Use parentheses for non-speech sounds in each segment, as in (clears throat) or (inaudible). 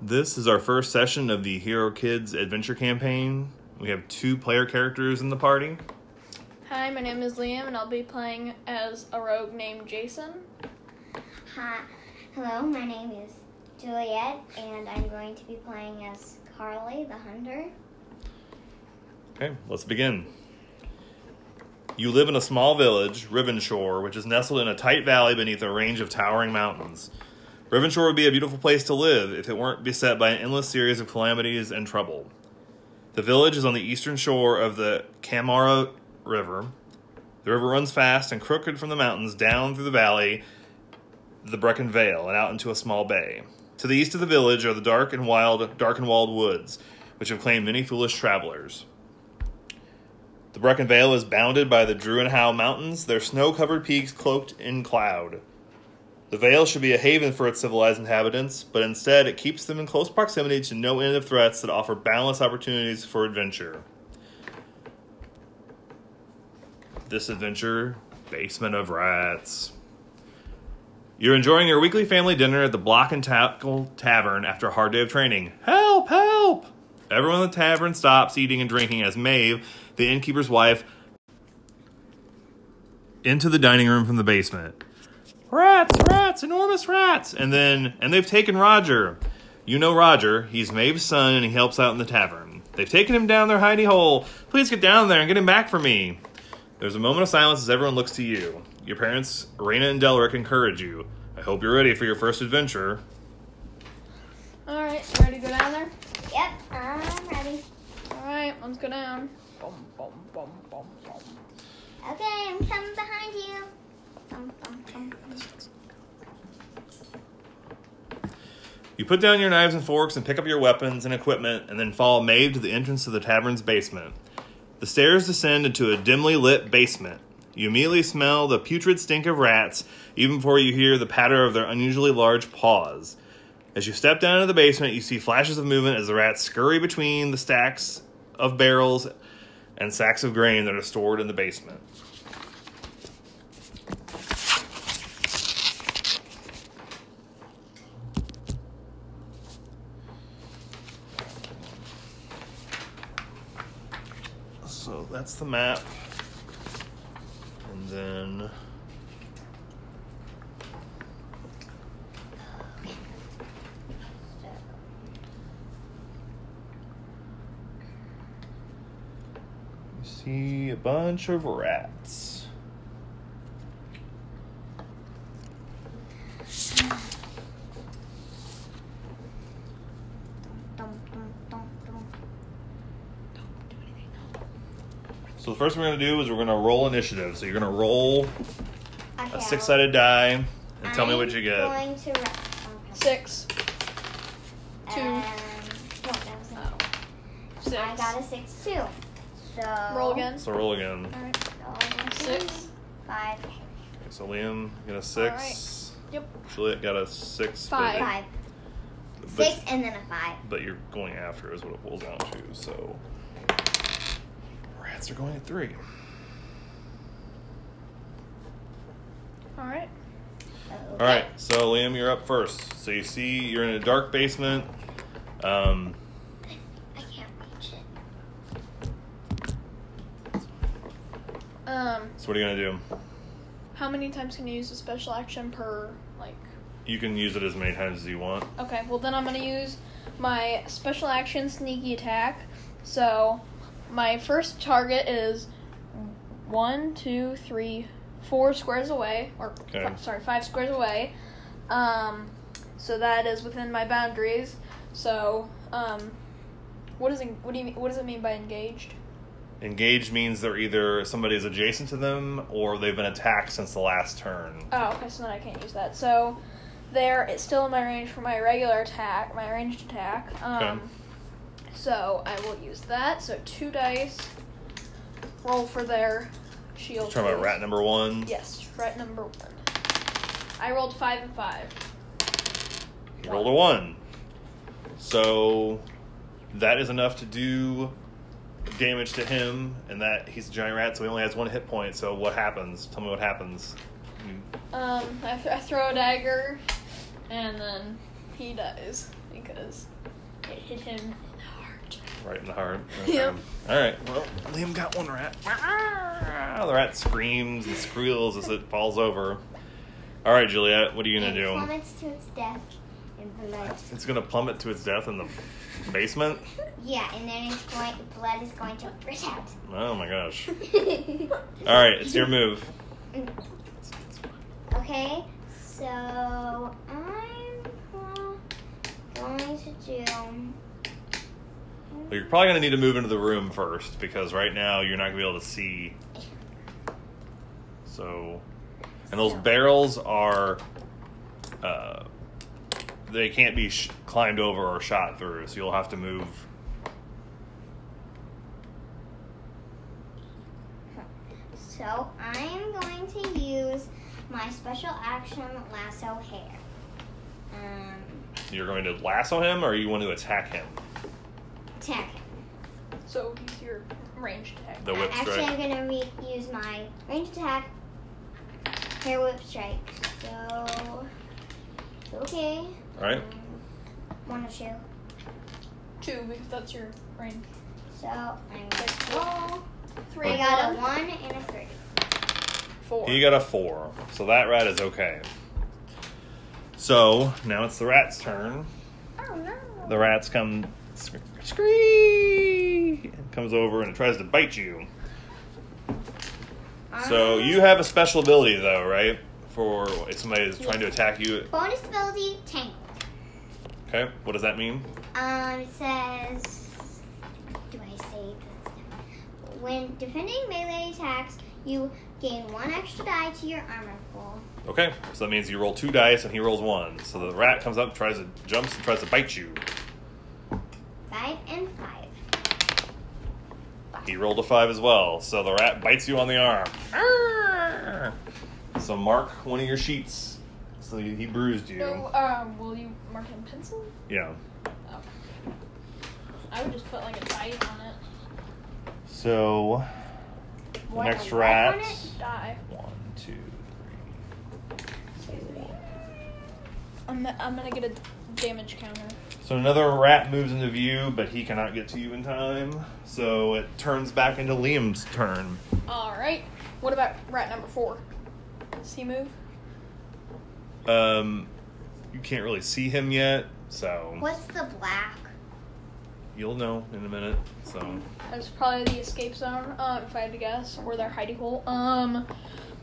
This is our first session of the Hero Kids Adventure Campaign. We have two player characters in the party. Hi, my name is Liam, and I'll be playing as a rogue named Jason. Hi, hello, my name is Juliet, and I'm going to be playing as Carly the Hunter. Okay, let's begin. You live in a small village, Rivenshore, which is nestled in a tight valley beneath a range of towering mountains. Rivenshore would be a beautiful place to live if it weren't beset by an endless series of calamities and trouble. The village is on the eastern shore of the Camara River. The river runs fast and crooked from the mountains down through the valley, the Brecon Vale, and out into a small bay. To the east of the village are the dark and wild Darkenwald woods, which have claimed many foolish travelers. The Brecon Vale is bounded by the Drew and Howe Mountains, their snow covered peaks cloaked in cloud. The Vale should be a haven for its civilized inhabitants, but instead it keeps them in close proximity to no end of threats that offer boundless opportunities for adventure. This adventure, Basement of Rats. You're enjoying your weekly family dinner at the Block and Tackle Tavern after a hard day of training. Help! Help! Everyone in the tavern stops eating and drinking as Maeve, the innkeeper's wife, into the dining room from the basement. Rats, rats, enormous rats! And then, and they've taken Roger. You know Roger. He's Maeve's son, and he helps out in the tavern. They've taken him down their hidey hole. Please get down there and get him back for me. There's a moment of silence as everyone looks to you. Your parents, Raina and Delric, encourage you. I hope you're ready for your first adventure. All right, you ready to go down there? Yep, I'm ready. All right, let's go down. Okay, I'm coming behind you. Bum, bum, bum, bum. You put down your knives and forks and pick up your weapons and equipment, and then follow Maeve to the entrance to the tavern's basement. The stairs descend into a dimly lit basement. You immediately smell the putrid stink of rats, even before you hear the patter of their unusually large paws. As you step down into the basement, you see flashes of movement as the rats scurry between the stacks of barrels and sacks of grain that are stored in the basement. So that's the map. And then. You see a bunch of rats. Dum, dum, dum, dum. So the first thing we're gonna do is we're gonna roll initiative. So you're gonna roll Okay, a six-sided die and tell me what you I'm get. Going to re- okay. Six, two. Um, no, that was oh, not. six. I got a six too. So Roll again. So roll again. All right, roll again. six. Five. Okay, so Liam got a six. Yep. Juliet got a six. but- Five. Five. But, Six and then a five. But you're going after is what it boils down to. So rats are going at three. All right. Okay. All right, so Liam, you're up first. So you see, you're in a dark basement. Um, I can't reach it. Um, so what are you gonna do? how many times can you use a special action per like? You can use it as many times as you want. Okay, well then I'm gonna use my special action sneaky attack. So my first target is one, two, three, four squares away, or Okay. fi- sorry, five squares away. Um, so that is within my boundaries. So um, what is en- what do you mean, what does it mean by engaged? Engaged means they're either somebody's adjacent to them or they've been attacked since the last turn. Oh, okay, so then I can't use that. So there, it's still in my range for my regular attack, my ranged attack. Um, Okay. So I will use that. So two dice. Roll for their shield. Talking about please. rat number one. Yes, rat number one. I rolled five and five. He rolled a one. So that is enough to do damage to him, and that he's a giant rat, so he only has one hit point. So what happens? Tell me what happens. You- Um, I, th- I throw a dagger, and then he dies because it hit him in the heart. Right in the heart. Yep. All right. Well, Liam got one rat. Ah, The rat screams and squeals as it falls over. All right, Juliet, what are you gonna It do? plummets to its death and blood. It's gonna plummet to its death in the basement. Yeah, and then it's going blood is going to burst out. Oh my gosh. (laughs) All right, it's your move. Okay, so I'm uh, going to do. Well, you're probably gonna need to move into the room first because right now you're not gonna be able to see. So, and those barrels are, uh, they can't be sh- climbed over or shot through. So you'll have to move. So I'm going to use my special action lasso hair. Um, You're going to lasso him, or you want to attack him? attack (laughs) him. So he's your range attack. The whip Actually, strike. I'm gonna re- use my range attack, hair whip strike. So, okay. All right. Um, one or two. Two because that's your range. So I'm gonna roll. Three. I got a one and a three. Four. He got a four, so that rat is okay. So now it's the rat's turn. Oh no. The rats come sc- scree and comes over and tries to bite you. Um, Ah. So you have a special ability though, right? For if somebody is trying to attack you. bonus ability tangle. Okay, what does that mean? Um, it says, do I say this? When defending melee attacks, you gain one extra die to your armor pool. Okay, so that means you roll two dice and he rolls one. So the rat comes up, tries to jumps and tries to bite you. Five and five. He rolled a five as well, so the rat bites you on the arm. Arrgh. So mark one of your sheets. So he he bruised you. No, um, will you mark him pencil? Yeah. Oh. I would just put like a die on it. So the What, next a rat rat. on Die. One, two, three. I'm, I'm gonna get a damage counter. So another rat moves into view, but he cannot get to you in time. So it turns back into Liam's turn. Alright. What about rat number four? Does he move? Um, you can't really see him yet, so What's the black? you'll know in a minute. So That's probably the escape zone, um, if I had to guess, or their hidey hole. Um,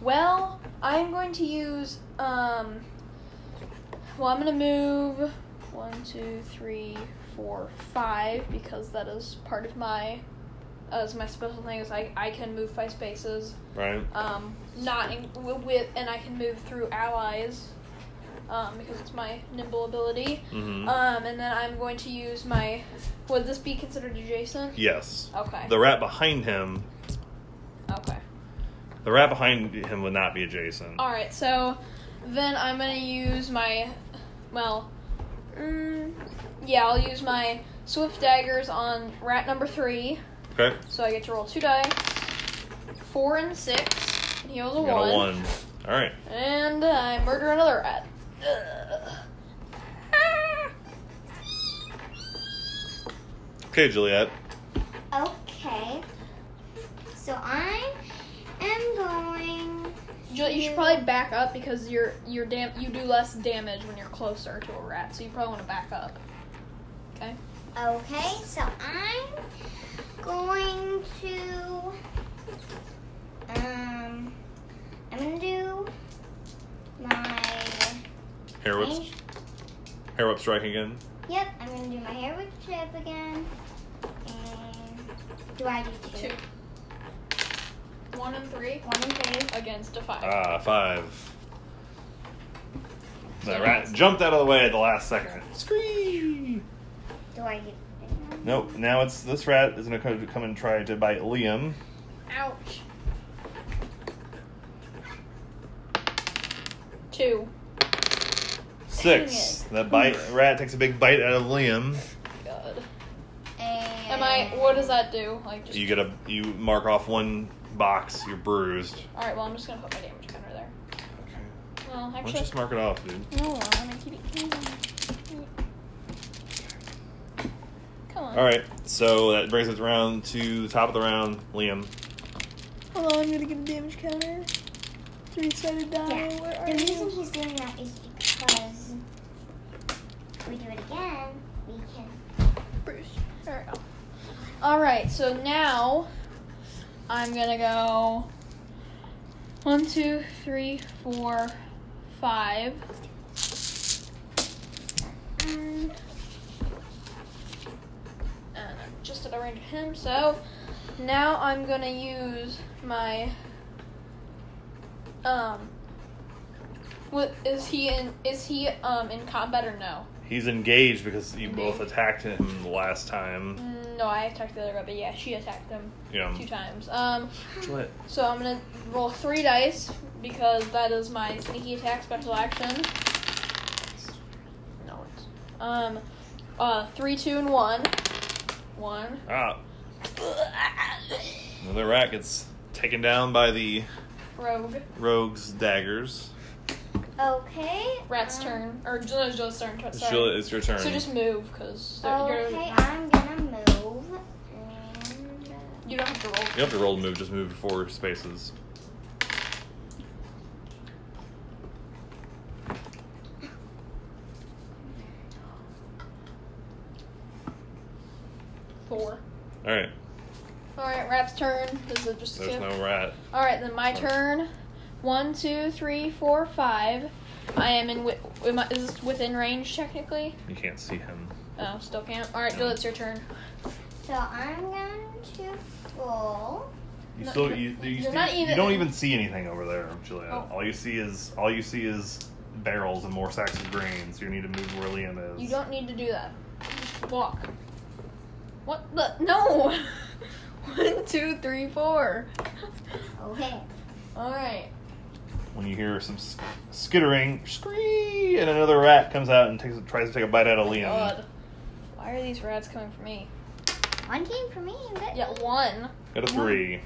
well, I'm going to use, um, well, I'm going to move one, two, three, four, five, because that is part of my, as my special thing is I, I can move five spaces, right. um, not in, wi- with, and I can move through allies, um, because it's my nimble ability. hmm Um, and then I'm going to use my, would this be considered adjacent? yes. Okay. The rat behind him. Okay. The rat behind him would not be adjacent. All right. So then I'm gonna use my well, mm, yeah, I'll use my swift daggers on rat number three. Okay. So I get to roll two die, four and six. And he rolls a You got one, a one. All right. and I murder another rat. Ugh. Ah. Okay, Juliet. Okay. So I am going. Jill, you should probably back up because you're you're dam- you do less damage when you're closer to a rat, so you probably want to back up. Okay. Okay, so I'm going to um I'm gonna do my Hair whip. range- Hair whip strike again. Yep, I'm gonna do my hair whip chip again. And do I do two? Two. One and three One and three. against a five. Ah, five. The rat jumped out of the way at the last second. Scree. Do I do Nope. Now it's this rat is gonna co- come and try to bite Liam. Ouch. Two. Six. That bite rat takes a big bite out of Liam. God. And Am I? What does that do? Like just. You get a you mark off one box. You're bruised. All right. Well, I'm just gonna put my damage counter there. Okay. Well, Why don't you actually. just mark it off, dude? No, I wanna keep it. one. All right, so that brings us around to the top of the round, Liam. Hold on, I'm gonna get a damage counter. Three sided die. Yeah. Where are The reason you? he's doing that is because if we do it again, we can. Bruce. There we go. Alright, so now I'm gonna go one, two, three, four, five. And and I'm just at a range of him, so now I'm gonna use my um what is he in is he um in combat or no? He's engaged because you both attacked him the last time. Mm, No, I attacked the other guy, but yeah, she attacked him Yeah. two times. Um, What? so I'm gonna roll three dice because that is my sneaky attack special action. No, it's um, uh, three, two, and one. One. Ah, another rat gets taken down by the Rogue. rogue's daggers. Okay. Rat's um, turn, or no, it's Jill's turn. Sorry. Sheila, it's your turn. So just move, cause they're- Okay, you're, I'm gonna move. And, uh, you don't have to roll. You don't have to roll to move, just move four spaces. Four. All right, All right, Rat's turn. This is just there's two. no rat. All right, then my Sorry. turn. One, two, three, four, five. I am in. Wi- am I, is this within range technically? You can't see him. Oh, still can't. All right, Jill, it's your turn. so I'm going to roll. You No, still no, you, you, you're still- not you even- don't even see anything over there, Julia. Oh. All you see is all you see is barrels and more sacks of grains. You need to move where Liam is. You don't need to do that. Just walk. What the? No. (laughs) One, two, three, four. (laughs) Okay. All right. When you hear some s- skittering, scree, and another rat comes out and takes tries to take a bite out of Liam. Oh God. Why are these rats coming for me? One came for me. But Yeah, one. Got a three.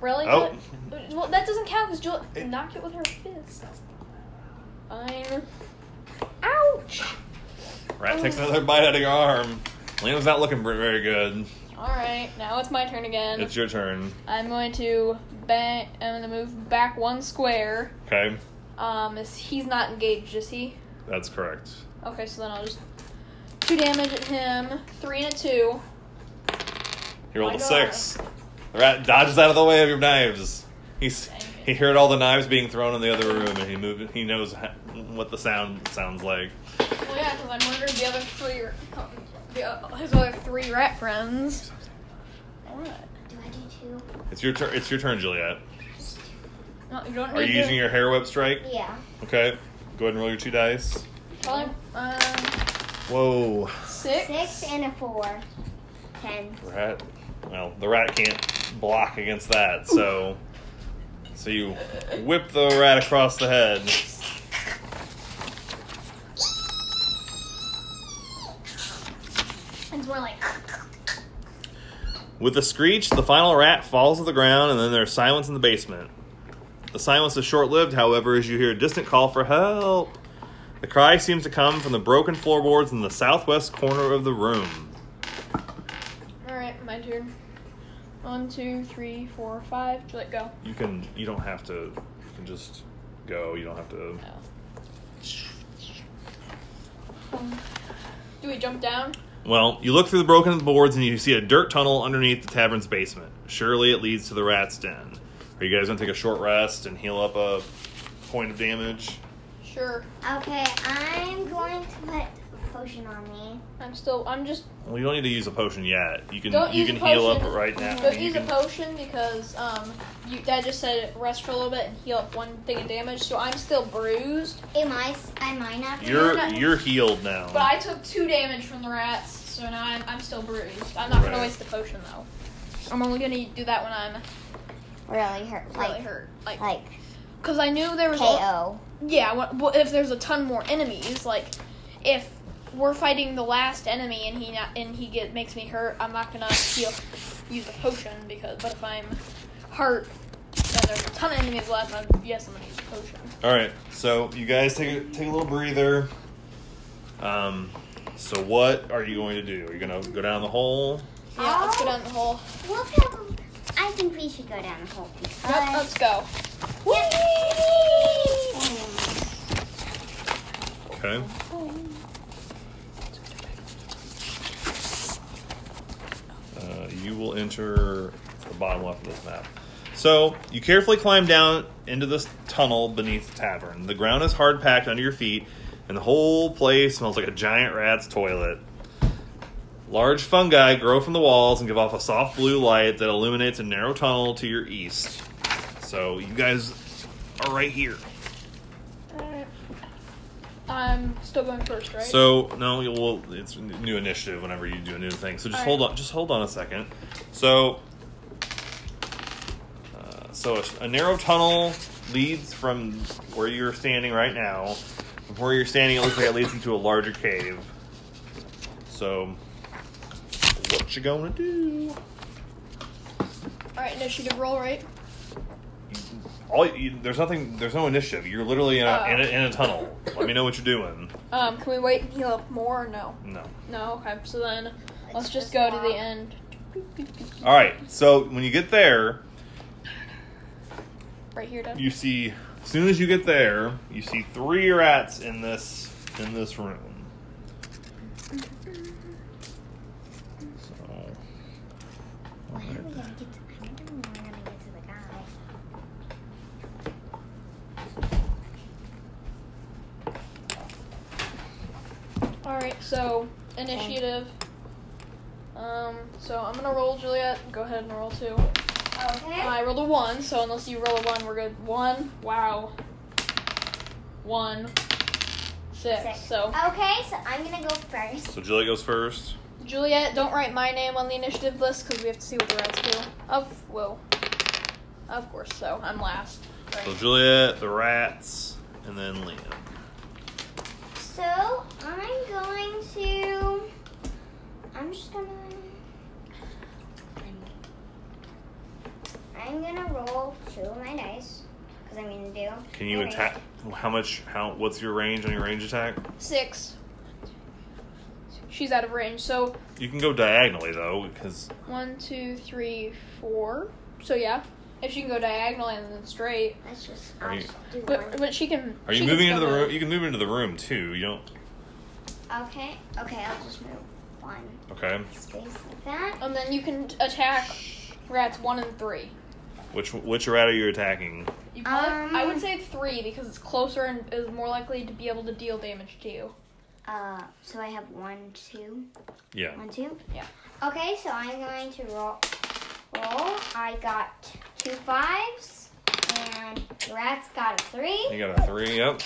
Really? Oh. But- Well, that doesn't count because Jill It- knocked it with her fist. Fine. Ouch. Rat takes Oh. another bite out of your arm. Liam's not looking ver- very good. All right, now it's my turn again. It's your turn. I'm going to bang. I'm going to move back one square. Okay, Um, is, he's not engaged, is he? that's correct. Okay, so then I'll just two damage at him, three and a two. You rolled My a six. The rat dodges out of the way of your knives. He's Dang it. he heard all the knives being thrown in the other room, and he moved. He knows ha- what the sound sounds like. Well, yeah, because I'm wondering the other three, are- the, uh, his other three rat friends. All right. Do I do two? It's your turn. It's your turn, Juliet. No, you don't need Are you to- using your hair whip strike? Yeah. Okay. Go ahead and roll your two dice. Probably, um, Whoa. six. Six and a four. Ten. Rat. Well, the rat can't block against that, so so you whip the rat across the head. It's more like. With a screech, the final rat falls to the ground, and then there's silence in the basement. The silence is short lived, however, as you hear a distant call for help. The cry seems to come from the broken floorboards in the southwest corner of the room. All right, my turn. One, two, three, four, five. Let go. You can, you don't have to, you can just go, you don't have to. No. Um, do we jump down? Well, you look through the broken boards and you see a dirt tunnel underneath the tavern's basement. Surely it leads to the rat's den. Are you guys gonna take a short rest and heal up a point of damage? Sure. Okay, I'm going to put a potion on me. I'm still. I'm just. Well, you don't need to use a potion yet. You can Don't you use can a heal up potion. right now. Don't You use a can- potion because um, you Dad just said rest for a little bit and heal up one thing of damage. So I'm still bruised, Am I? s- Am I not? You're not- you're healed now. but I took two damage from the rats, so now I'm, I'm still bruised. I'm not Right. gonna waste the potion though. I'm only gonna do that when I'm really hurt. really Like, hurt, like like because I knew there was a- KO. Yeah, wha- well, if there's a ton more enemies, like if we're fighting the last enemy and he not, and he get makes me hurt, I'm not gonna heal, use a potion because. But if I'm hurt and there's a ton of enemies left, I'm, yes, I'm gonna use a potion. All right, so you guys take a, take a little breather. Um, So what are you going to do? Are you gonna go down the hole? Yeah, let's go down the hole. We'll go. I think we should go down the hole because. Yep, let's go. Okay. Uh, you will enter the bottom left of this map. So you carefully climb down into this tunnel beneath the tavern. The ground is hard packed under your feet, and the whole place smells like a giant rat's toilet. Large fungi grow from the walls and give off a soft blue light that illuminates a narrow tunnel to your east. So you guys are right here. Alright. I'm still going first, right? So no, you will. It's a new initiative whenever you do a new thing. So just All hold right. on. Just hold on a second. So, uh, so a, a narrow tunnel leads from where you're standing right now. From where you're standing, it looks like it leads into a larger cave. So, what you gonna do? Alright, initiative roll, right? All you, there's nothing. There's no initiative. You're literally in a, Oh. in, a, in a tunnel. Let me know what you're doing. Um, can we wait and heal up more or no? No. No, okay. So then let's Let's just just go to the walk. end. All right. So when you get there, Right here, Dad. you see as soon as you get there you see three rats in this in this room so When are we gonna get to? I wonder when we're gonna get to the guy. Alright, so initiative. Um, so I'm gonna roll, Juliet. Go ahead and roll two. Okay. I rolled a one, so unless you roll a one, we're good. One. Wow. One. Six. Six. Uh. So Okay, so I'm gonna go first. so julie goes first Juliet, don't write my name on the initiative list because we have to see what the rats do. Of whoa. Of course, so I'm last. so Right. juliet the rats and then liam So I'm going to. I'm just gonna. I'm gonna roll two of my dice because I'm gonna do. can you my attack how much how what's your range on your range attack Six. She's out of range. So you can go diagonally though because one, two, three, four. So yeah, if she can go diagonal and then straight, dice. Let's just. Are I'll you- just do but one. but she can. are you she can moving into the still room move. you can move into the room too you don't Okay. Okay. I'll just move one okay space like that. And then you can attack rats one and three. which which rat are you attacking You probably, I would Um, say three because it's closer and is more likely to be able to deal damage to you. Uh. So I have one, two, yeah one, two. Yeah. Okay. So I'm going to roll. Roll. I got two fives, and Rat's got a three. You got a three. Yep.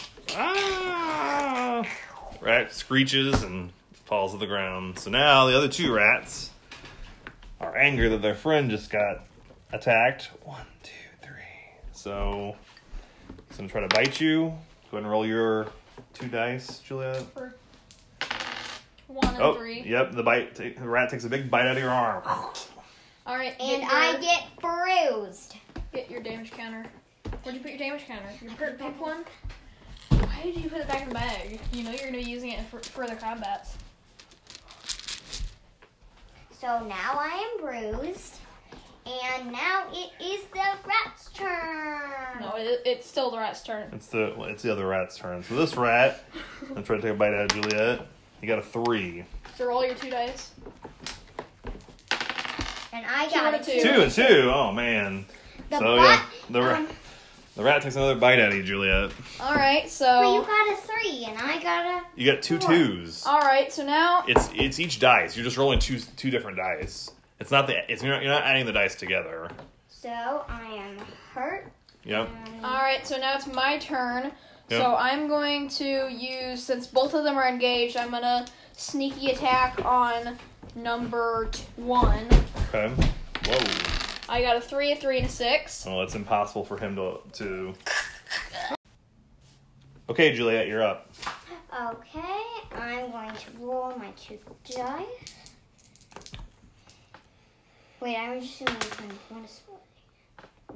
Ah! Rat screeches and falls to the ground. So now the other two rats are angry that their friend just got attacked. One, two, three. So he's gonna try to bite you. Go ahead and roll your two dice, Juliet. For one and Oh, three. yep. The bite. ta- the rat takes a big bite out of your arm. All right, And get I your- get bruised. get your damage counter. Where'd you put your damage counter? You put it pick back- one. Why did you put it back in the bag? You know you're gonna be using it for further combats. So now I am bruised. And now it is the rat's turn. No, it, it's still the rat's turn. It's the well, it's the other rat's turn. So this rat, I'm gonna try to take a bite out of Juliet. He got a three. So roll your two dice. And I Two got out a of two. two. Two and two. Oh man. The So butt. yeah, the ra- um, the rat takes another bite out of you, Juliet. All right, well, you so got a three, and I got You got two Come on. twos. all right, so now It's it's each dice. You're just rolling two two different dice. It's not the it's you're not, you're not adding the dice together. a. So I am hurt. Um, Yep. All right, so now it's my turn. Yeah. So I'm going to use since both of them are engaged, I'm gonna sneaky attack on number t- one. Okay. Whoa. I got a three, a three, and a six. Well, it's impossible for him to to. Okay, Juliet, you're up. Okay, I'm going to roll my two dice. Wait, I'm just gonna use my bonus ability.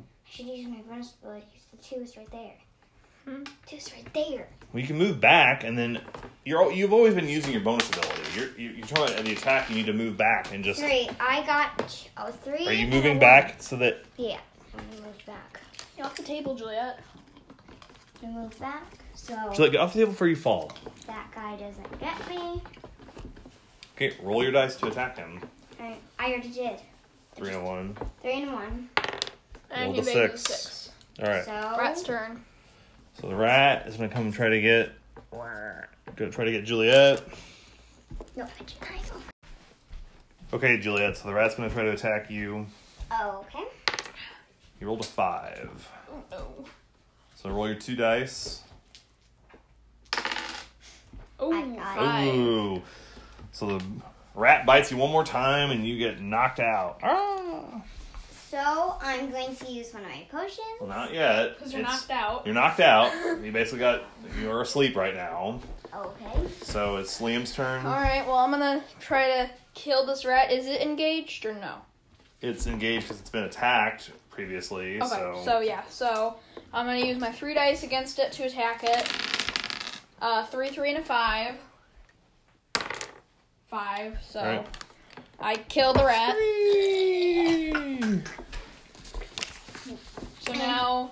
I should use my bonus ability 'cause the two is right there. Hmm. Two is right there. We can move back, and then you're al- you've always been using your bonus ability. You're you- you're talking about in the attack. You need to move back and just. Three. I got t- oh three. Are you and a moving one. back so that? Yeah. I'm gonna move back. Get off the table, Juliet. You move back. So Juliet, get off the table before you fall. that guy doesn't get me. Okay, roll your dice to attack him. Alright, I already did. Three and a one. Three and one. Rolled And you a made it a six. six. All right. So Rat's turn. So the rat is gonna come and try to get. Gonna try to get Juliet. No, I did not. Okay, Juliet. So the rat's gonna try to attack you. Oh, okay. You rolled a five. Oh no. So roll your two dice. Oh, I got it. five. Ooh. So the rat bites you one more time and you get knocked out. Ah. So I'm going to use one of my potions. Well, not yet. Because you're It's- knocked out. You're knocked (laughs) out. You basically got. You're asleep right now. Okay. So it's Liam's turn. Alright, well, I'm gonna try to kill this rat. Is it engaged or no? It's engaged because it's been attacked previously. Okay, so. so. yeah, so I'm gonna use my three dice against it to attack it. Uh, three, three, and a five. Five, so Alright. I kill the rat. So now,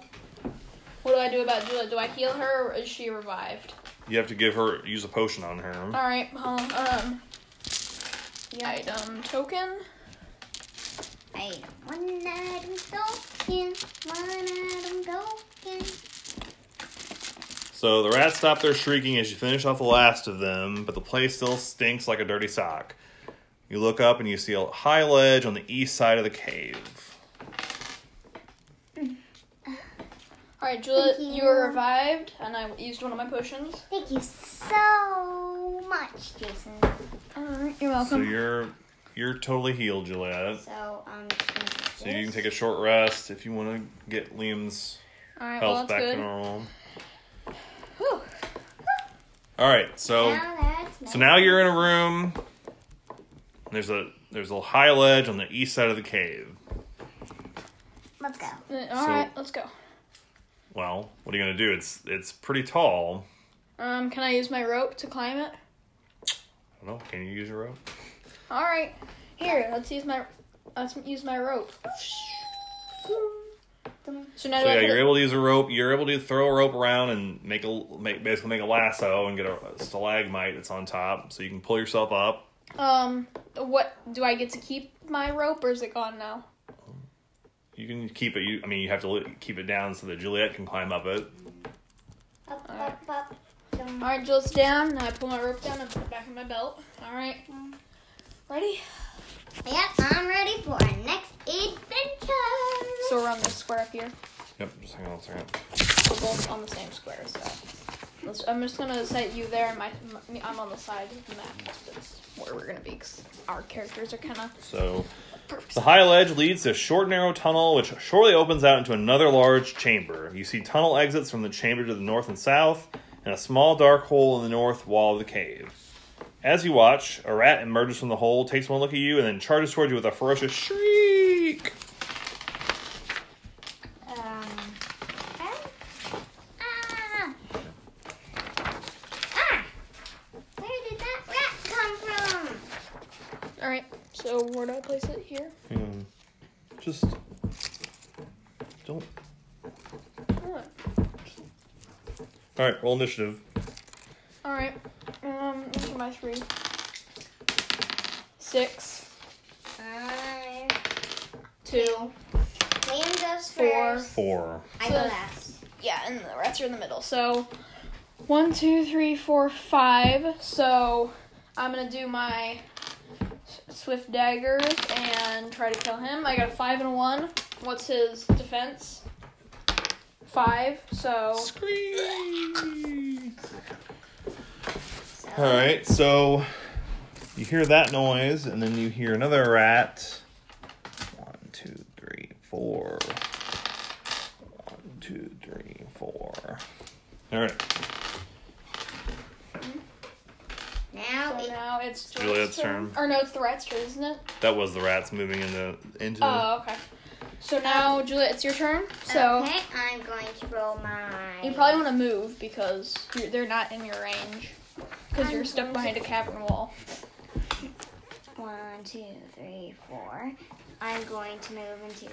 what do I do about Julia? Do I heal her or is she revived? You have to give her use a potion on her. Alright, um, um, Yeah. item token. I one atom token. One atom token. So the rats stop their shrieking as you finish off the last of them, but the place still stinks like a dirty sock. You look up and you see a high ledge on the east side of the cave. Alright, Julia, Thank you you. were revived, and I used one of my potions. Thank you so much, Jason. Alright, you're So you're you're totally healed, Juliet. So um. So you can take a short rest if you want to get Liam's Alright, well, health that's back good. to normal. Whew. All right, so Now that's so now you're in a room. There's a there's a high ledge on the east side of the cave. Let's go. So- Alright, let's go. Well, what are you gonna do? It's it's pretty tall. Um, can I use my rope to climb it? I don't know. Can you use your rope? All right, here. Let's use my let's use my rope. So now So do I yeah, put you're it- able to use a rope. You're able to throw a rope around and make a make basically make a lasso and get a stalagmite that's on top, so you can pull yourself up. um what do I get to keep my rope or is it gone now? You can keep it. You I mean you have to li- keep it down so that Juliet can climb up it. Up, up, up. All right, Jill's down. Now I pull my rope down and put it back in my belt. All right, ready? Yep, I'm ready for our next adventure. So we're on this square up here. Yep. Just hang on a second. We're both on the same square, so. Let's, I'm just gonna set you there, and my, my I'm on the side of the map. That's where we're gonna be. 'cause our characters are kind of So perfect. the high ledge leads to a short narrow tunnel, which shortly opens out into another large chamber. You see tunnel exits from the chamber to the north and south, and a small dark hole in the north wall of the cave. As you watch, a rat emerges from the hole, takes one look at you, and then charges towards you with a ferocious shriek. Um. okay. Ah! Ah! Where did that rat come from? All right, so where do I place it here? Hang on. Hmm. Just don't. All All right, roll initiative. right. Um, those are my three. Six, I. two, Liam goes Four. first. Four. I go last. yeah, and the rats are in the middle. So, one, two, three, four, five. So, I'm gonna do my s- swift daggers and try to kill him. I got a five and a one. What's his defense? Five. So, Scream. So, All right, so you hear that noise, and then you hear another rat. One, two, three, four. One, two, three, four. All right, Now so it, now it's Juliet's turn. Or no, it's the rat's turn, isn't it? that was the rats moving into into. Oh, okay. So now, Juliet, it's your turn. So. okay, I'm going to roll my. You probably want to move because you're, they're not in your range. Because you're stuck behind a cavern wall. One, two, three, four. I'm going to move into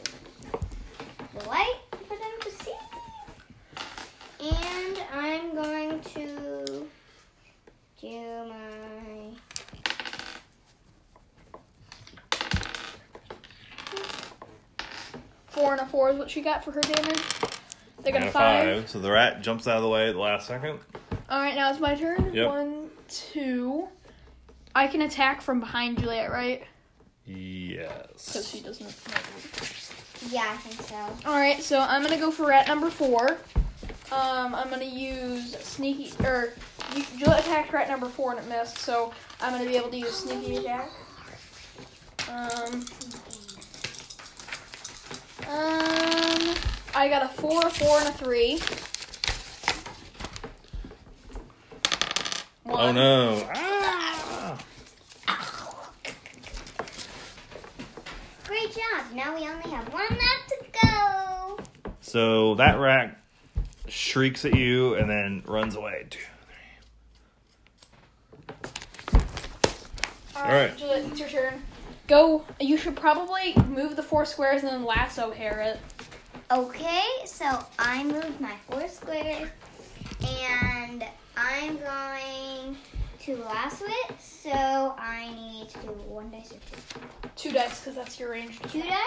the light for them to see. And I'm going to do my. Four and a four is what she got for her damage. They got And a a five. five. So the rat jumps out of the way at the last second. All right, now it's my turn. Yep. One, two. I can attack from behind Juliet, right? Because Yes. she doesn't. Yeah, I think so. All right, so I'm gonna go for rat number four. Um, I'm gonna use sneaky or you- Juliet attacked rat number four and it missed, so I'm gonna be able to use sneaky attack. Um, um, I got a four, a four, and a three. One. Oh no. Ah! Great job. Now we only have one left to go. So that rat shrieks at you and then runs away. Two, three. All Alright. Juliet, it's your turn. Go. You should probably move the four squares and then lasso Harriet. Okay, so I moved my four squares and I'm going to lasso it. So I need to do one dice or Two dice, because that's your range. two. Two dice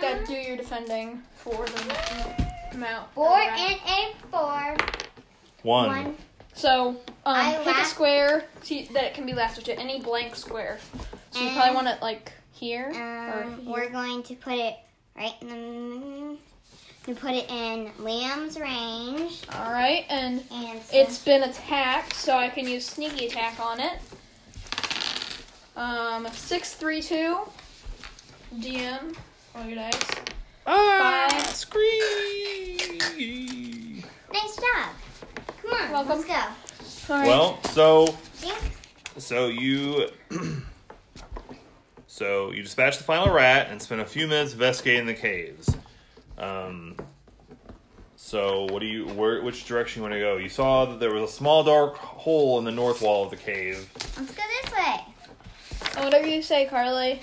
Gotta and do your defending for the amount. four Alright. and a four. One. One. So, I um, pick a laugh- square see, that it can be lassoed to any blank square. So you probably And- want it like here or Um, we're here. going to put it right in the. We put it in Liam's range All right, and and so it's been attacked, so I can use sneaky attack on it. Um, six three two. Oh, DM. Roll your dice. Ah! Five. Scream! nice job. Come on, Welcome. let's go. All right. Well, so Think so you (clears throat) so you dispatch the final rat and spend a few minutes investigating the caves. Um, so what do you where which direction you want to go? You saw that there was a small dark hole in the north wall of the cave. Let's go this way. Oh, Whatever you say, Carly.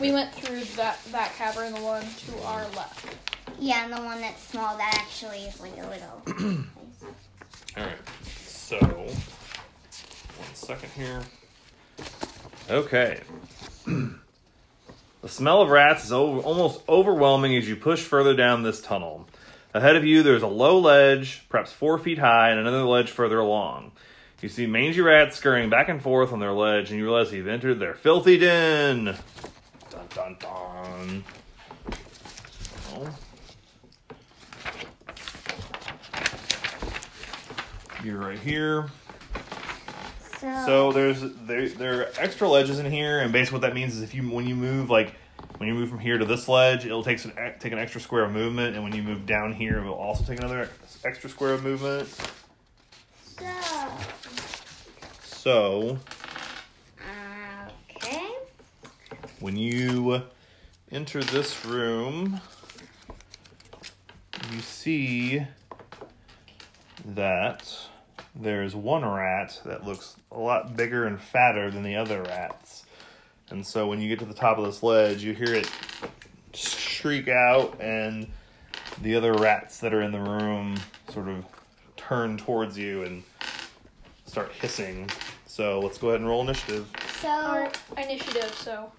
We went through that that cavern, the one to our left. Yeah, and the one that's small that actually is like a little. place. All right. So one second here. Okay. the smell of rats is o- almost overwhelming as you push further down this tunnel. Ahead of you, there's a low ledge, perhaps four feet high, and another ledge further along. You see mangy rats scurrying back and forth on their ledge, and you realize you've entered their filthy den. Dun dun dun. Oh. You're right here. So, So there's there there are extra ledges in here, and basically what that means is if you when you move like when you move from here to this ledge, it'll take an ex- take an extra square of movement, and when you move down here, it'll also take another ex- extra square of movement. so So okay. when you enter this room, you see that there's one rat that looks a lot bigger and fatter than the other rats. And so when you get to the top of this ledge, you hear it shriek out, and the other rats that are in the room sort of turn towards you and start hissing. So let's go ahead and roll initiative. So Our initiative, so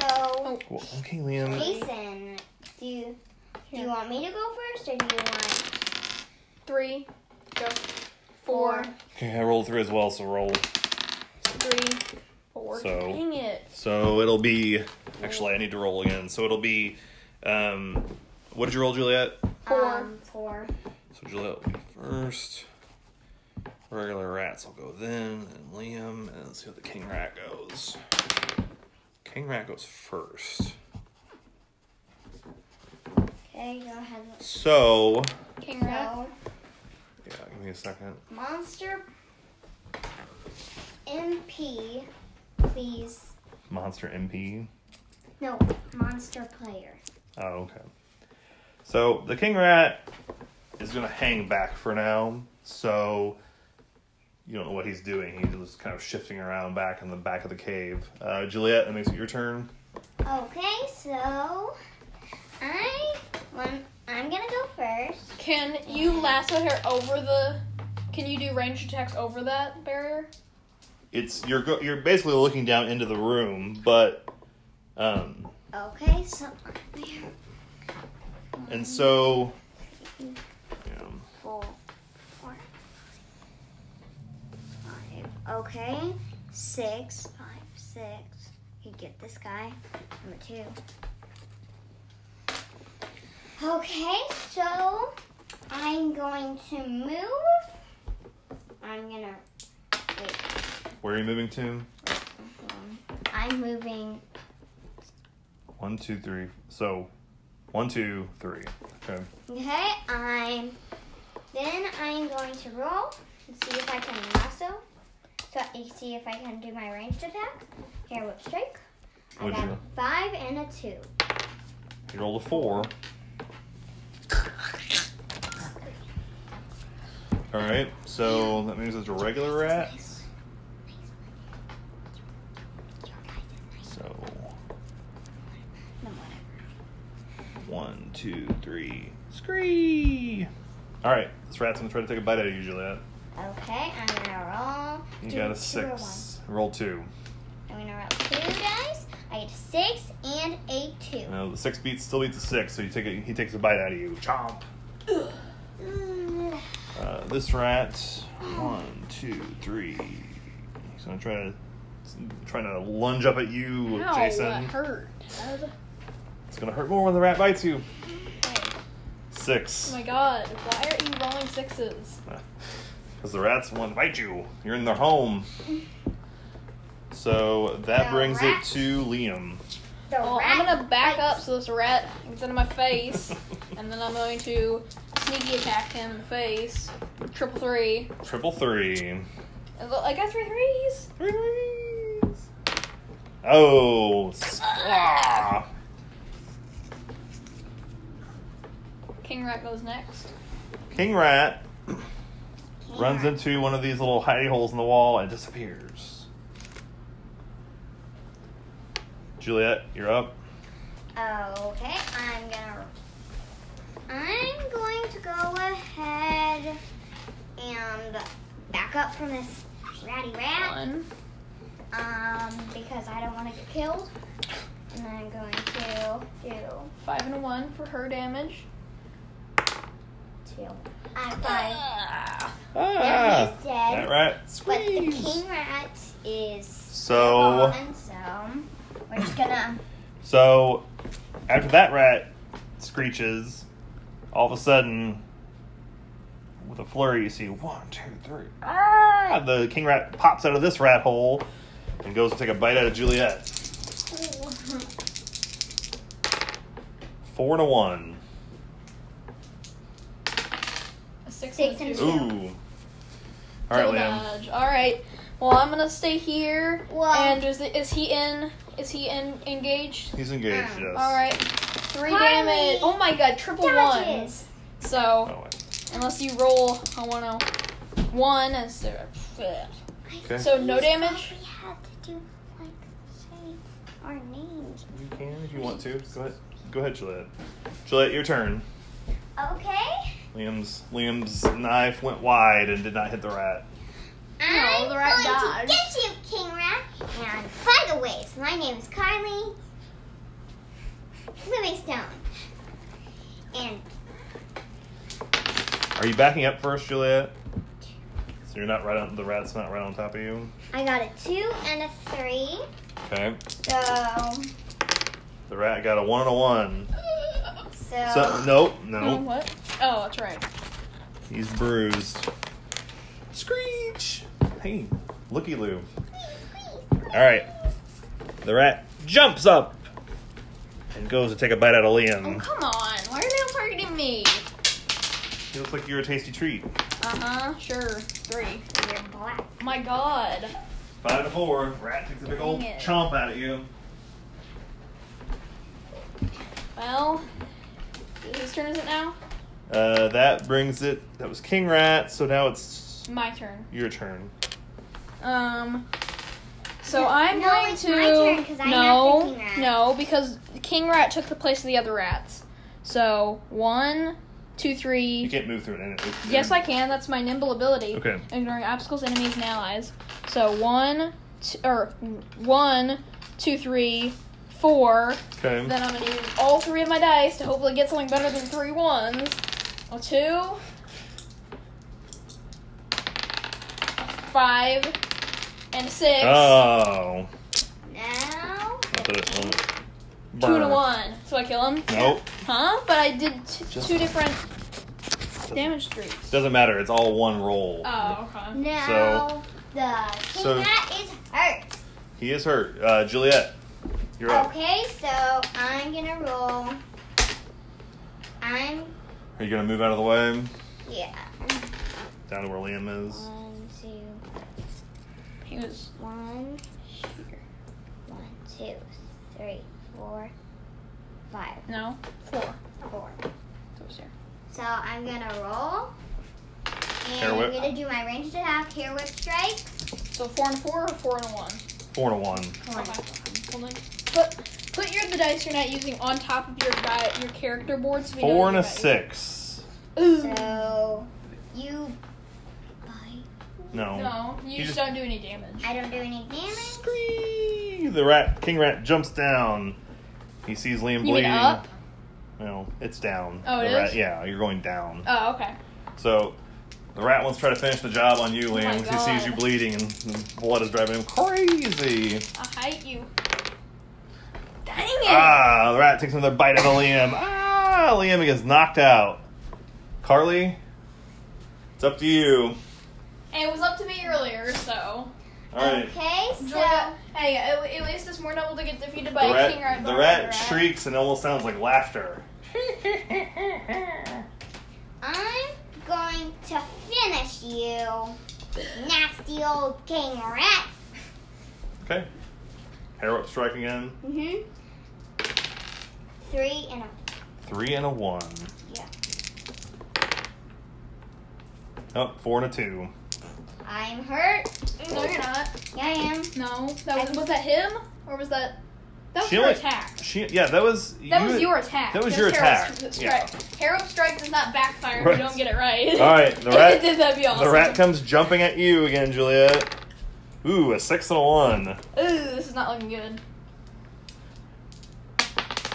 so Well, okay, Oh. Liam. Jason, do you, do you want me to go first or do you want three, go, four? four, Okay, I rolled three as well, so roll. three, four. So- Dang it. So it'll be. Actually, I need to roll again. So it'll be. Um, what did you roll, Juliet? Four. Um, four. So Juliet will be first. Regular rats will go then, and Liam, and let's see how the king rat goes. King rat goes first. Okay, go ahead. So. King rat. So Yeah, give me a second. monster MP, please. Monster MP. No, monster player. Oh, okay. So the king rat is gonna hang back for now. So you don't know what he's doing. He's just kind of shifting around back in the back of the cave. Uh, Juliet, that makes it your turn. Okay, so I want, I'm gonna go first. Can you lasso her over the? Can you do range attacks over that barrier? It's you're go- you're basically looking down into the room, but um, Okay, so and so yeah, four, four, five. Okay, six, five, six. You get this guy, number two. Okay, so I'm going to move. I'm gonna. where are you moving to? um, I'm moving. One, two, three. So, one, two, three. Okay. Okay, I'm. Then I'm going to roll and see if I can lasso. So you see if I can do my ranged attack. Here, whip strike. I What'd got you a five and a two. You rolled a four. All right, so that means it's a regular rat. So No, whatever. one, two, three, scree. All right, this rat's gonna try to take a bite out of you, Juliet. Okay, I'm gonna roll. You Do got a two or six. Roll two. one. I'm gonna roll two dice. I get a six and a two. No, the six beats still beats the six, so you take a, he takes a bite out of you. Chomp. Mm, Uh, this rat, one, two, three. He's gonna try to trying to lunge up at you, Ow, that Jason. hurt. Ed. It's gonna hurt more when the rat bites you. Wait, oh Six. my god, why are you rolling sixes? Because the rats want to bite you. You're in their home. So that The brings rat. it to Liam. The Well, rat Oh, I'm gonna back bites. up so this rat gets into my face, and then I'm going to sneaky attack him in the face. Triple three. (laughs) Triple three. And look, I got three threes. Three threes. Oh. Splah. King Rat goes next. King Rat runs Yeah. into one of these little hidey holes in the wall and disappears. Juliet, you're up. Okay, I'm gonna. I'm going to go ahead and back up from this ratty rat, One. um, because I don't want to get killed. And I'm going to do Five and a one for her damage. two. I'm fine. Ah. Yeah, Ah, he that said. rat But the squeaks. king rat is So, gone, so we're just gonna. so after that rat screeches, all of a sudden, with a flurry, you see one, two, three. Ah! The king rat pops out of this rat hole and goes to take a bite out of Juliet. Four to one. A six, and Six a and two. a Ooh. two. All right, Double Liam. dodge. All right. Well, I'm gonna stay here. Well- And is the, is he in? Is he in engaged? He's engaged, Um, yes. All right. Three (laughs) Harley damage. Oh my god, triple Dodges. ones. So Oh, wait. unless you roll a one oh one and so Okay. so no damage. We have to do like say our names. you can if you want to. Go ahead. Go ahead, Gillette. Gillette, your turn. Okay. Liam's Liam's knife went wide and did not hit the rat. I'm the rat going dodged. to get you, King Rat. And by the way, so my name is Carly Livingstone. And Are you backing up first, Juliet? So you're not right on the rat's not right on top of you. I got a two and a three. Okay. So, The rat got a one and a one. so, So nope, Hmm. Oh, no. what? Oh, that's right. He's bruised. Screech. Hey, looky loo. All right. The rat jumps up and goes to take a bite out of Oh Liam. come on! Why are they all targeting me? He looks like you're a tasty treat. Uh huh. Sure. Three. you're black. My god. Five to four. Rat takes a big old Dang it. chomp out of you. Well, whose turn is it now? Uh, that brings it. That was King Rat. So now it's My turn. your turn. Um, so No, I'm no, going it's to my turn 'cause I'm no, not the king rat. no, because the king rat took the place of the other rats. So one, two, You three. can't move through it. Yes, I can. That's my nimble ability. Okay. Ignoring obstacles, enemies, and allies. So one, two, or one, two, three, four. Okay. Then I'm gonna use all three of my dice to hopefully get something better than three ones. A two, a five, and a six. Oh. Now. I'll put it on. two and a Burn. one. So I kill him. Nope. Huh? But I did t- Just- two different damage streaks. Doesn't matter. It's all one roll. Oh, okay. Now the king so- rat is hurt. He is hurt. Uh, Juliet, you're up. Okay, so I'm gonna roll. I'm Are you gonna move out of the way? yeah. Down to where Liam is. Uh, One, two, He was. one, one, two, three, four, five, No? Four. four. So it was here. So I'm gonna roll. And Hair whip. I'm gonna do my ranged attack, hair whip strike. So four and four or four and a one? Four and a one. One. Okay. Hold on. Put, put your the dice you're not using on top of your di- your character board so we know Four and that you're a not using- six. Ooh. So you bite. No. No, you, You just just- don't do any damage. I don't do any damage. Squee! The rat, king rat, jumps down. He sees Liam You mean bleeding. up? No, it's down. Oh, the it is? rat, Yeah, you're going down. Oh, okay. So the rat wants to try to finish the job on you, my Liam, because he sees God. you bleeding and the blood is driving him crazy. I hate you. Dang it! Ah, the rat takes another bite out of Liam. Ah, Liam gets knocked out. Carly, it's up to you. And it was up to me earlier, so. All right. Okay, so Julia, hey, at at least it's more noble to get defeated by The a king rat, rat. the rat shrieks and almost sounds like laughter. I'm going to finish you, nasty old king rat. Okay. Hair up strike again. Mm-hmm. Mhm. Three and a Three and a one. Yeah. Oh, four and a two. I'm hurt. No, you're not. Yeah, I am. No, that was was that him or was that that was She your only- attack? She, yeah, that was. That you- was your attack. that was That's your Harold's attack. st- Yeah. Strike. Harold strike does not backfire if Right. you don't get it right. All right, (laughs) the If rat- it did, that'd be awesome. The rat comes jumping at you again, Juliet. Ooh, a six and a one. Ooh, this is not looking good.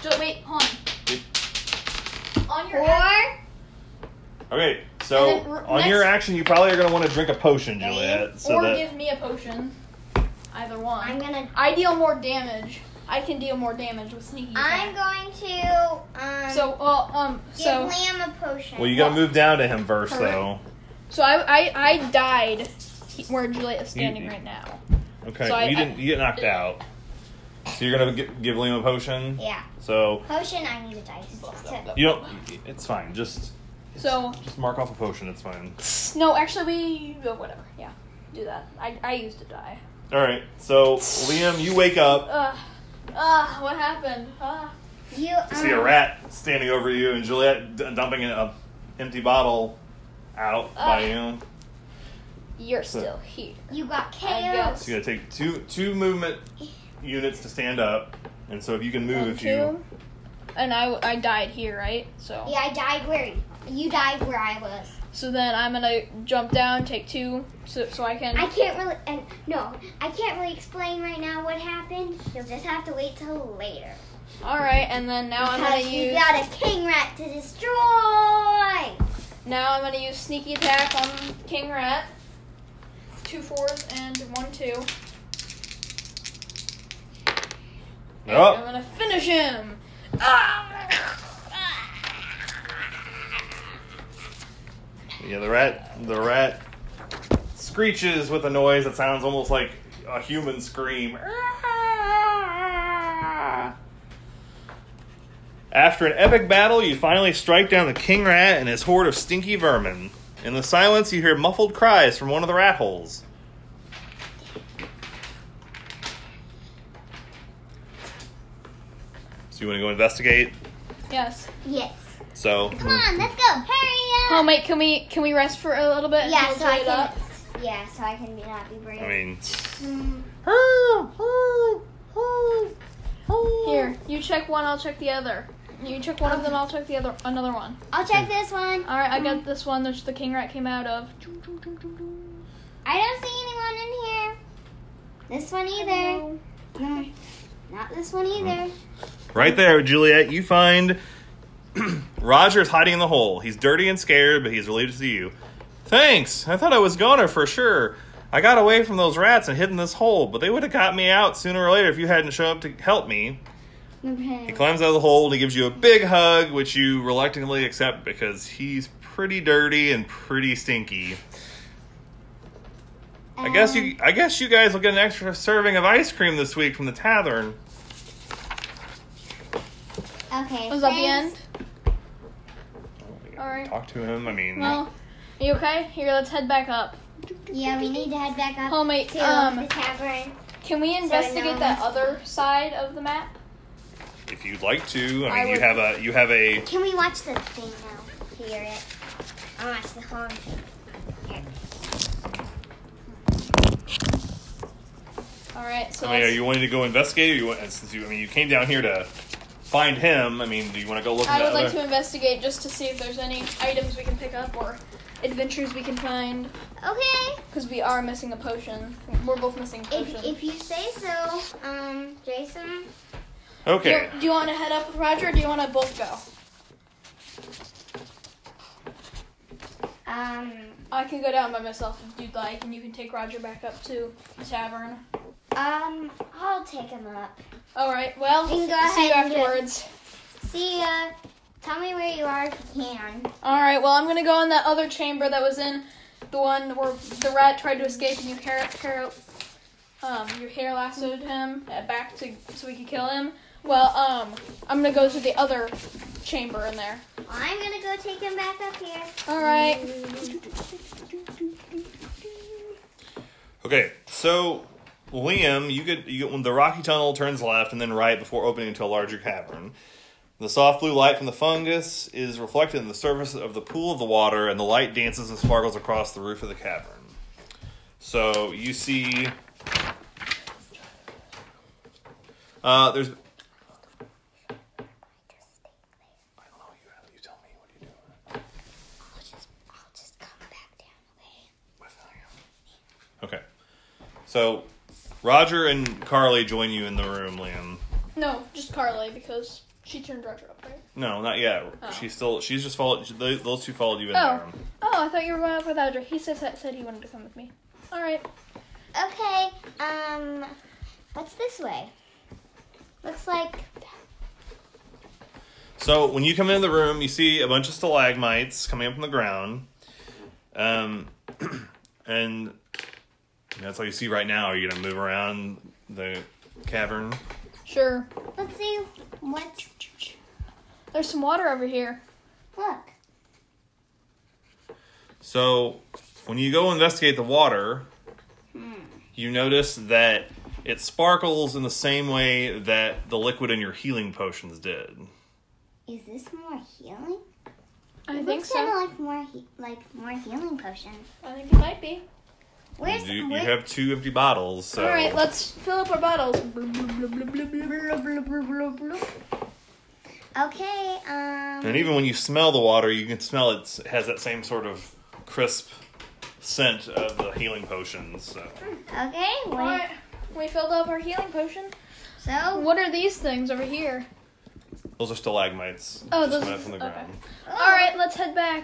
Ju- wait, hold on. On your act- Four. Okay, And so then r- on your next- action, you probably are going to want to drink a potion, Yeah, Juliet. So or that, give me a potion. Either I'm one. gonna. I deal more damage. I can deal more damage with sneaky. I'm attack. going to. Um, so well um give so Liam a potion. well, you got to move down to him first, though. so I I, I died he- where Juliet is standing You- right now. Okay, So I- you I- didn't. You get knocked out. So you're gonna gi- give Liam a potion. Yeah. So Potion. I need a dice. to- you don't. It's fine. Just So just mark off a potion. It's fine. no, actually we oh, whatever. Yeah, do that. I I used to die. All right. So Liam, you wake up Ugh. Ugh, what happened? Ugh. You. to see a um, rat standing over you, and Juliet d- dumping a empty bottle out by Uh, you. You're So- still here. You got I KO. guess. It's gonna take two two movement units to stand up, and so if you can move, One, if you two. And I, I died here, right? So Yeah, I died where you- you died where I was. so then I'm gonna jump down, take two, so, so I can. I can't really, and no, I can't really explain right now what happened. You'll just have to wait till later. All right, and then now I'm gonna Because we use got a king rat (laughs) to destroy. now I'm gonna use sneaky attack on King Rat. Two fours and one two. And I'm oh, gonna finish him. Ah! yeah, the rat the rat screeches with a noise that sounds almost like a human scream. Ah. After an epic battle, you finally strike down the king rat and his horde of stinky vermin. In the silence, you hear muffled cries from one of the rat holes. So you want to go investigate? Yes. Yes. So Come on, let's go. Hurry up. Oh mate, can we can we rest for a little bit? and yeah, build so I it can. up? Yeah, so I can be not be brave. I mean, Mm, Here, you check one, I'll check the other. You check one of them, I'll check the other another one. I'll Hmm. check this one. All right, I Mm-hmm. got this one. There's the king rat came out of. I don't see anyone in here. This one either. No, not this one either. right there, Juliet, you find (clears throat) Roger's hiding in the hole. He's dirty and scared, but he's relieved to see you. Thanks. I thought I was goner for sure. I got away from those rats and hid in this hole, but they would have got me out sooner or later if you hadn't shown up to help me. He Okay. climbs out of the hole and he gives you a big hug, which you reluctantly accept because he's pretty dirty and pretty stinky. I guess you I guess you guys will get an extra serving of ice cream this week from the tavern. Um, Okay. Was that the end? thanks. All right. Talk to him. I mean, Well, are you okay? Here, let's head back up. Yeah, we need to head back up Homemade, to uh, um, the tavern. Can we investigate that other side of the map? if you'd like to, I mean, I you would- have a you have a Can we watch the thing now? Hear it. I watch the horn. Here. All right. So I mean, are let's- you wanting to go investigate? Or you want, since you I mean, you came down here to find him. I mean, do you want to go look? in I the would like other- to investigate just to see if there's any items we can pick up or adventures we can find Okay. because we are missing a potion. We're both missing potions. If, if you say so, um, Jason. Okay. Do, do you want to head up with Roger or do you want to both go? Um. I can go down by myself if you'd like, and you can take Roger back up to the tavern. Um. I'll take him up. All right. Well, You can go see you ahead and do it. afterwards. See ya. Tell me where you are if you can. All right. Well, I'm gonna go in that other chamber that was in the one where the rat tried to escape, and you hair, hair um, your hair lassoed him uh, back to so we could kill him. Well, um, I'm gonna go to the other chamber in there. I'm gonna go take him back up here. All right. Okay. So, Liam, you get you get when the rocky tunnel turns left and then right before opening into a larger cavern. The soft blue light from the fungus is reflected in the surface of the pool of the water, and the light dances and sparkles across the roof of the cavern. So you see, uh, there's. I don't know. You you tell me. What are you doing? I'll just, I'll just come back down. Okay. So Roger and Carly join you in the room, Liam. No, just Carly because she turned Roger up, right? No, not yet. Oh. She's still. She's just followed. she- tho- Those two followed you in Oh. the room. Oh, I thought you were going up with Roger. He says that said he wanted to come with me. All right. Okay. Um. What's this way? Looks like. So when you come into the room, you see a bunch of stalagmites coming up from the ground, um, (clears throat) and that's all you see right now. Are you gonna move around the cavern? Sure. Let's see. What? There's some water over here. Look. So when you go investigate the water, you notice that it sparkles in the same way that the liquid in your healing potions did. Is this more healing? I It think looks Kind so. of like more, he- like more healing potion. I think it might be. Where's You, you where- have two empty bottles, so All right, let's fill up our bottles. Okay. Um. and even when you smell the water, you can smell it's- it has that same sort of crisp scent of the healing potions. So. Okay. Wait. All right, we filled up our healing potion. So. What are these things over here? Those are stalagmites. Oh, just those- coming up from the okay. ground. oh, All right, let's head back.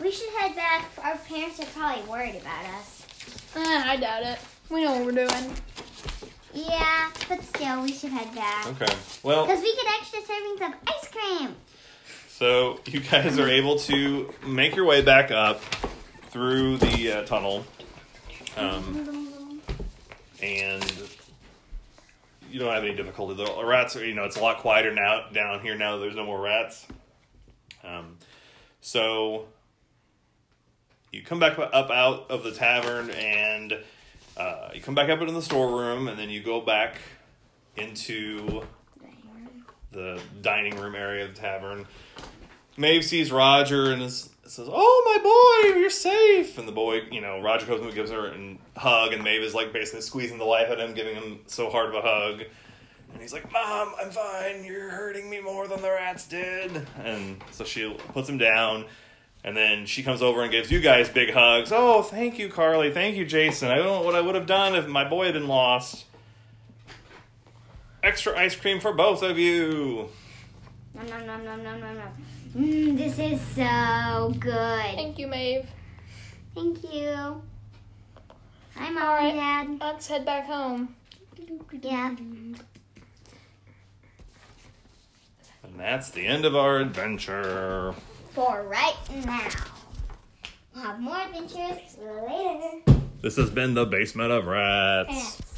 We should head back. Our parents are probably worried about us. Ah, I doubt it. We know what we're doing. Yeah, but still, we should head back. Okay. Well, Because we get extra servings of ice cream. So you guys are able to make your way back up through the uh, tunnel, um, and you don't have any difficulty. The rats are, you know, it's a lot quieter now down here now. There's no more rats. Um, so you come back up out of the tavern, and uh, you come back up into the storeroom, and then you go back into the dining room area of the tavern. Maeve sees Roger and is, says, "Oh my boy, you're safe!" And the boy, you know, Roger comes and gives her a hug, and Maeve is like basically squeezing the life out of him, giving him so hard of a hug. And he's like, "Mom, I'm fine. You're hurting me more than the rats did." And so she puts him down, and then she comes over and gives you guys big hugs. Oh, thank you, Carly. Thank you, Jason. I don't know what I would have done if my boy had been lost. Extra ice cream for both of you. Nom nom nom nom nom nom nom. Mm, this is so good. Thank you, Maeve. Thank you. Hi, mom All right. and dad. Let's head back home. Yeah. And that's the end of our adventure. For right now. We'll have more adventures later. This has been the Basement of Rats.